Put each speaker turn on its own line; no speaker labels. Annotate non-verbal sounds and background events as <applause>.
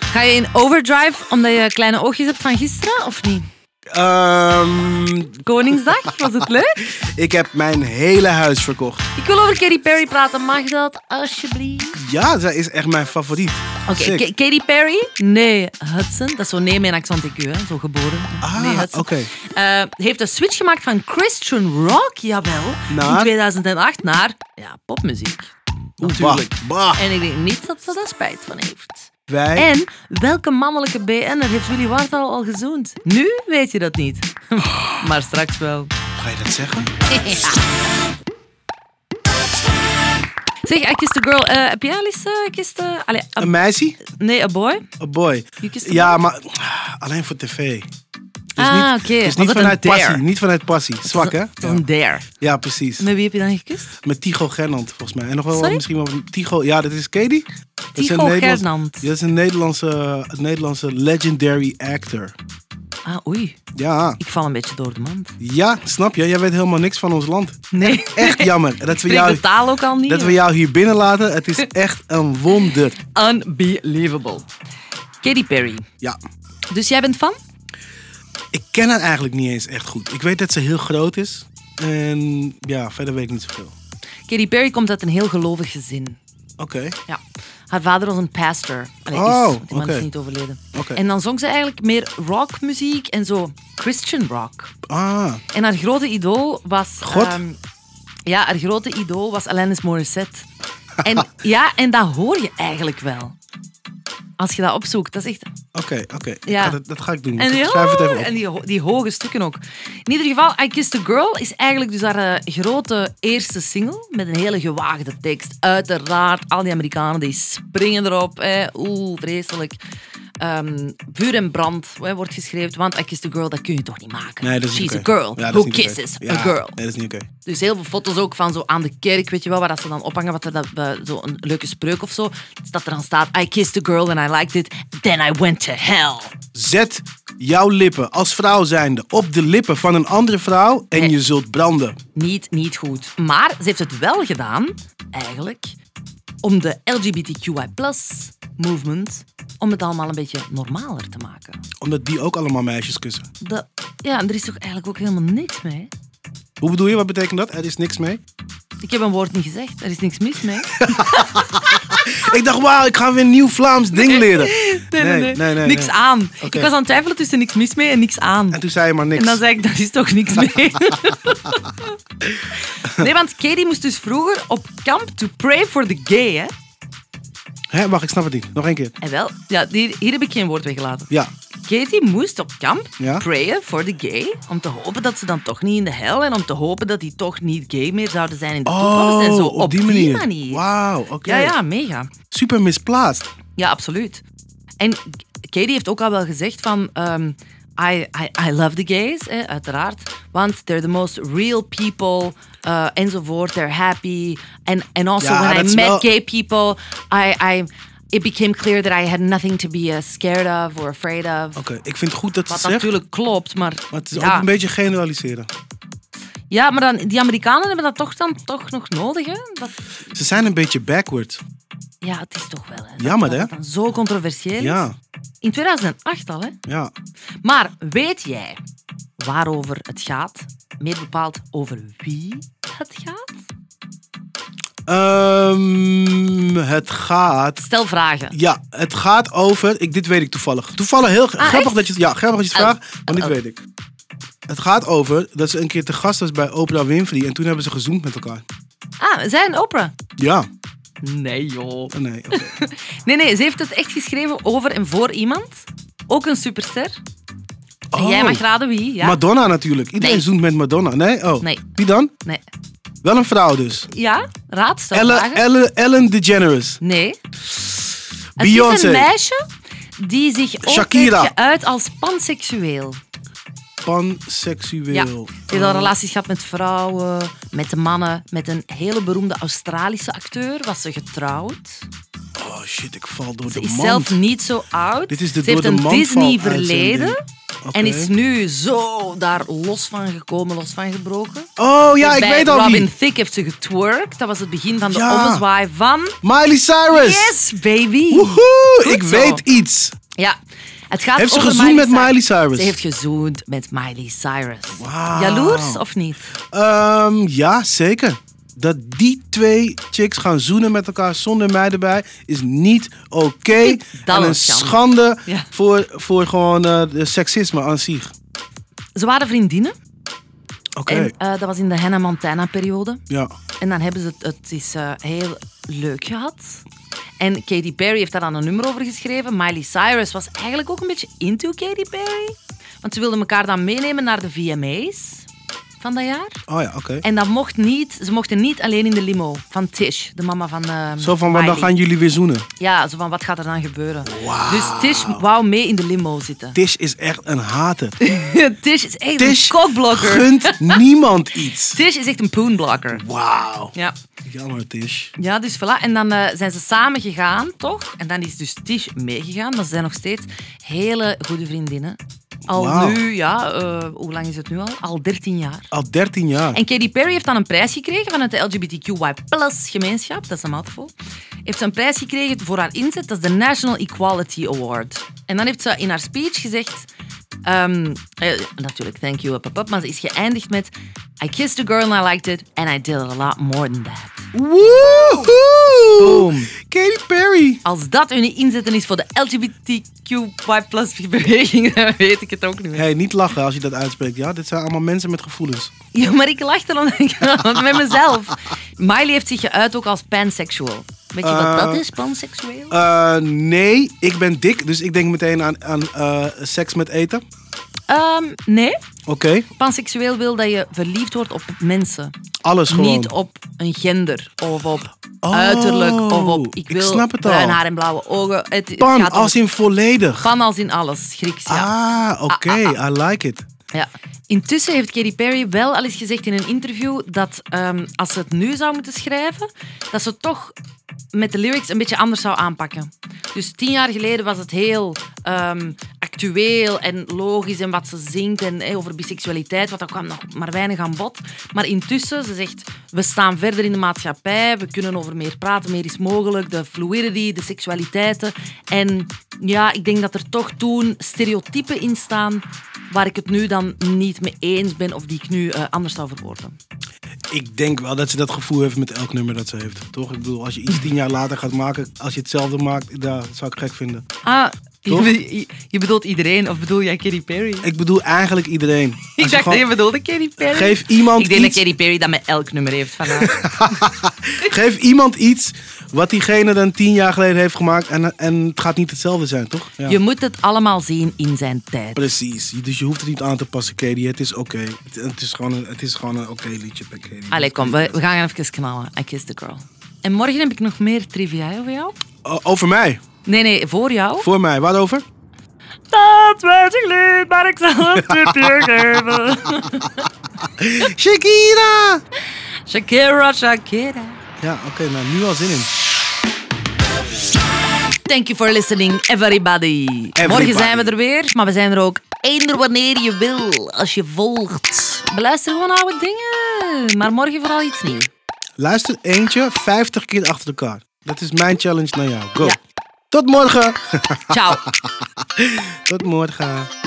Ga je in overdrive omdat je kleine oogjes hebt van gisteren of niet?
Ehm,
<laughs> Koningsdag, was het leuk?
<laughs> ik heb mijn hele huis verkocht.
Ik wil over Katy Perry praten, mag dat alsjeblieft?
Ja, zij is echt mijn favoriet.
Oké,
Sick.
Ka- Katy Perry? Nee, Hudson. Dat is zo nee, mijn accent IQ, hè? zo geboren. nee,
Ah, oké.
Hudson. Eh, heeft een switch gemaakt van Christian rock, jawel, in
Naar?
2008 naar ja, popmuziek.
Oeh,
Natuurlijk.
bah, bah.
En ik denk niet dat ze daar spijt van heeft.
Wij...
En welke mannelijke BN'er heeft Willy Wartal al gezoend? Nu weet je dat niet. <laughs> maar straks wel.
Ga je dat zeggen?
Zeg, I Kissed a Girl, eh, heb jij al eens eh, I Kissed a... Allee, a-
Een meisje?
nee, a boy?
Een boy.
You kissed a
Ja, maar alleen voor tv. Dus
Ah,
niet-
oké.
Dus
Was
niet
dat
vanuit
een dare?
passie. Niet vanuit passie. Zwak, hè?
Dat is een dare.
Ja, precies.
Met wie heb je dan gekust?
Met Tigo Gernand, volgens mij. En nog wel
Sorry?
misschien wel Tigo. Ja, dat is Katie. Dat is
Tycho
een Nederlands-
Gernand.
Dat is een Nederlandse, een Nederlandse legendary actor.
Ah, oei.
Ja.
Ik val een beetje door de
<laughs>
mand.
ja, snap je? Jij weet helemaal niks van ons land.
Nee.
Echt jammer dat we,
Ik spreek
jou,
de taal ook al niet.
dat we jou hier binnen laten. Het is echt een wonder.
Unbelievable. Katy Perry.
Ja,
Dus jij bent fan?
ik ken haar eigenlijk niet eens echt goed. Ik weet dat ze heel groot is. En ja, verder weet ik niet zoveel.
Katy Perry komt uit een heel gelovig gezin.
Oké.
Ja. Haar vader was een pastor. Allee, is,
Oh,
die man is
oké.
niet overleden.
Oké.
En dan zong ze eigenlijk meer rockmuziek en zo Christian rock.
Ah,
En haar grote idool was...
God?
ehm, ja, haar grote idool was Alanis Morissette. En, <laughs> ja, en dat hoor je eigenlijk wel. Als je dat opzoekt, dat is echt...
oké, oké. Ik
Ja.
ga Dat, dat ga ik doen.
En die,
Ik Schrijf het even op.
en die, ho- die hoge stukken ook. In ieder geval, I Kissed a Girl is eigenlijk dus haar eh, grote eerste single. Met een hele gewaagde tekst. Uiteraard, al die Amerikanen die springen erop. hè. Oeh, vreselijk. Ehm, vuur en brand hè, wordt geschreven. Want I Kissed a Girl, dat kun je toch niet maken?
Nee, dat is niet
She's
oké.
a girl
Ja, dat
who
is niet oké.
kisses
Ja,
a girl.
Nee, dat is niet oké.
Dus heel veel foto's ook van zo aan de kerk, weet je wel, waar dat ze dan ophangen, wat er dat, eh, zo een leuke spreuk of zo. Dat er dan staat, I kissed a girl and I liked it, then I went to hell.
Zet jouw lippen als vrouw zijnde op de lippen van een andere vrouw en
Nee.
je zult branden.
Niet, niet goed. Maar ze heeft het wel gedaan, eigenlijk, om de LGBTQI movement, om het allemaal een beetje normaler te maken.
Omdat die ook allemaal meisjes kussen.
De, ja, en er is toch eigenlijk ook helemaal niks mee?
Hoe bedoel je? Wat betekent dat? Er is niks mee.
Ik heb een woord niet gezegd, er is niks mis mee.
Ik dacht, wauw, ik ga weer een nieuw Vlaams
<laughs>
ding leren.
niks aan.
Oké.
Ik was aan het twijfelen tussen niks mis mee en niks aan.
En toen zei je maar niks.
En dan zei ik, daar is toch niks mee. <laughs> nee, want Katie moest dus vroeger op kamp to pray for the gay, hè?
Hè, wacht, ik snap het niet. Nog één keer.
En wel, ja, hier, hier heb ik geen woord weggelaten.
Ja.
Katie moest op kamp
Ja.
prayen voor de gay, om te hopen dat ze dan toch niet in de hel en om te hopen dat die toch niet gay meer zouden zijn in de toekomst en zo.
Oh, op, die manier. Wauw, oké.
Ja, ja, mega.
Super misplaatst.
Ja, absoluut. En Katie heeft ook al wel gezegd van... ehm, I, I, I love the gays, hè, uiteraard. Want they're the most real people, eh, enzovoort. They're happy. And, and also
Ja,
when
dat
I
is
met
wel-
gay people, I, I, it became clear that I had nothing to be eh, scared of or afraid of.
Oké, ik vind het goed dat ze
Wat
het zegt.
natuurlijk klopt, maar...
Maar het is
ja.
ook een beetje generaliseren.
ja, maar dan, die Amerikanen hebben dat toch dan toch nog nodig, hè? Dat,
Ze zijn een beetje backward.
ja, het is toch wel... Hè, dat-
Jammer,
dat
hè?
het dan Zo controversieel is.
Ja,
In 2008 al, hè?
ja.
Maar weet jij waarover het gaat? Meer bepaald over wie het gaat?
Ehm, het gaat
Stel vragen.
Ja, het gaat over. Ik, dit weet ik toevallig. Toevallig heel grappig
Ah, echt?
dat je het. Ja, grappig dat je het
Oh.
vraagt, want dit
Oh.
weet ik. Het gaat over dat ze een keer te gast was bij Oprah Winfrey en toen hebben ze gezoend met elkaar.
Ah, zij en Oprah?
Ja.
Nee, joh.
Oh, nee. oké.
Nee, nee, ze heeft het echt geschreven over en voor iemand. Ook een superster. En
Oh,
<laughs> jij mag raden wie, ja?
Madonna natuurlijk. Iedereen
Nee.
zoent met Madonna. Nee? Oh.
Nee.
Wie dan?
Nee.
Wel een vrouw dus.
Ja? Raad, stel
Ellen,
vragen.
Ellen, Ellen DeGeneres.
Nee. Het is
Beyoncé.
een meisje die zich ook
Shakira.
heeft geuit als panseksueel. Ja,
Panseksueel. Oh,
ze heeft al relaties gehad met vrouwen, met de mannen. Met een hele beroemde Australische acteur was ze getrouwd.
Oh shit, ik val door
Ze
de
is
mand.
zelf niet zo oud.
Dit is de
ze heeft
door de
een
mand
Disney-verleden. En is
nu.
nu zo daar los van gekomen, los van gebroken.
Oh ja,
Dus
ik
bij
weet al
Robin
wie.
Thicke heeft ze getwerkt. Dat was het begin van de
Ja.
ommezwaai van...
Miley Cyrus.
Yes, baby!
Woehoe,
Goed
ik
zo.
weet iets.
Ja, het gaat
Heeft ze
over
gezoend met
Ze
Miley Cyrus?
heeft gezoend met Miley Cyrus.
Wauw.
Jaloers of niet?
Ehm, ja, zeker. Dat die twee chicks gaan zoenen met elkaar zonder mij erbij is niet oké.
Dat
En een
is jammer.
schande
Ja.
voor, voor gewoon eh, de seksisme aan zich.
Ze waren vriendinnen.
Oké.
En eh, dat was in de Hannah Montana-periode.
Ja.
En dan hebben ze het, het is eh, heel leuk gehad. En Katy Perry heeft daar dan een nummer over geschreven. Miley Cyrus was eigenlijk ook een beetje into Katy Perry. Want ze wilden elkaar dan meenemen naar de VMA's van dat jaar.
Oh ja, oké.
En dat mocht niet, ze mochten niet alleen in de limo van Tish, de mama van eh
Zo van, maar dan
Miley.
gaan jullie weer zoenen.
Ja, zo van wat gaat er dan gebeuren? Dus Tish wou mee in de limo zitten. <laughs>
Tish is echt een hater.
Tish is echt
Tish
een kokblokker.
gunt niemand iets.
<laughs> Tish is echt een poonblokker.
Wauw.
Ja.
Jammer, Tish.
Ja, dus voilà. En dan eh, zijn ze samen gegaan, toch? En dan is dus Tish meegegaan. Maar ze zijn nog steeds hele goede vriendinnen. Al
Wauw.
nu, ja, eh, hoe lang is het nu al? Al 13 jaar.
Al 13 jaar.
En Katy Perry heeft dan een prijs gekregen van het LGBTQI+ gemeenschap. Dat is een mouthful. Heeft ze een prijs gekregen voor haar inzet. Dat is de National Equality Award. En dan heeft ze in haar speech gezegd... ehm, eh, natuurlijk, thank you, up, up, up, maar ze is geëindigd met... I kissed a girl and I liked it. And I did a lot more than that.
Woehoe!
Boom.
Katy Perry.
Als dat hun inzetten is voor de LGBTQI-beweging, dan weet ik het ook niet meer.
Hey, niet lachen als je dat uitspreekt. Ja, dit zijn allemaal mensen met gevoelens.
Ja, maar ik lach er dan met mezelf. Miley heeft zich geuit ook als pansexual. Weet je wat
Eh,
dat is, panseksueel?
Eh, nee, ik ben dik, dus ik denk meteen aan, aan eh, seks met eten.
Ehm, nee.
Oké,
Panseksueel wil dat je verliefd wordt op mensen.
alles gewoon.
Niet op een gender of op
Oh,
uiterlijk of op ik
ik
wil
snap het al.
bruin haar en blauwe ogen. Het, het
Pan,
gaat om-
als in volledig.
pan als in alles, Grieks. Ja.
Ah, oké, I like it.
Ja. Intussen heeft Katy Perry wel al eens gezegd in een interview dat ehm, als ze het nu zou moeten schrijven, dat ze het toch met de lyrics een beetje anders zou aanpakken. Dus tien jaar geleden was het heel ehm, actueel en logisch en wat ze zingt en eh, over biseksualiteit, wat dat kwam nog maar weinig aan bod. Maar intussen, ze zegt, we staan verder in de maatschappij, we kunnen over meer praten, meer is mogelijk, de fluidity, de seksualiteiten. En ja, ik denk dat er toch toen stereotypen in staan waar ik het nu dan niet mee eens ben of die ik nu eh, anders zou verwoorden.
Ik denk wel dat ze dat gevoel heeft met elk nummer dat ze heeft. Toch? Ik bedoel, als je iets tien jaar later gaat maken, als je hetzelfde maakt, dat zou ik gek vinden.
Ah,
Toch?
je, bedoelt iedereen of bedoel jij Katy Perry? Ik,
Ik bedoel eigenlijk
<laughs>
iedereen. Als je
dacht dat
gewoon-
je bedoelde Katy Perry.
Geef iemand
ik denk
iets.
dat Katy Perry dat met elk nummer heeft vandaag.
Geef iemand iets wat diegene dan tien jaar geleden heeft gemaakt en, en het gaat niet hetzelfde zijn, toch? Ja.
Je moet het allemaal zien in zijn tijd.
Precies, dus je hoeft het niet aan te passen, Katie. Het is oké. Het, het is gewoon een, het is gewoon een oké liedje bij Katie.
Allee, kom, we, we gaan even knallen. I kiss the girl. En morgen heb ik nog meer trivia over jou.
O- over mij,
Nee, nee, voor jou.
voor mij. Waarover?
Dat weet ik niet, maar ik zal het <laughs> tipje geven.
Shakira!
Shakira, Shakira.
Ja, oké, nou nu al zin in.
Thank you for listening, everybody. Morgen zijn we er weer, maar we zijn er ook eender wanneer je wil, als je volgt. Beluister gewoon oude dingen, maar morgen vooral iets nieuws.
Luister eentje 50 keer achter elkaar. Dat is mijn challenge naar jou. Go.
Ja.
Tot morgen.
Ciao.
<laughs> Tot morgen.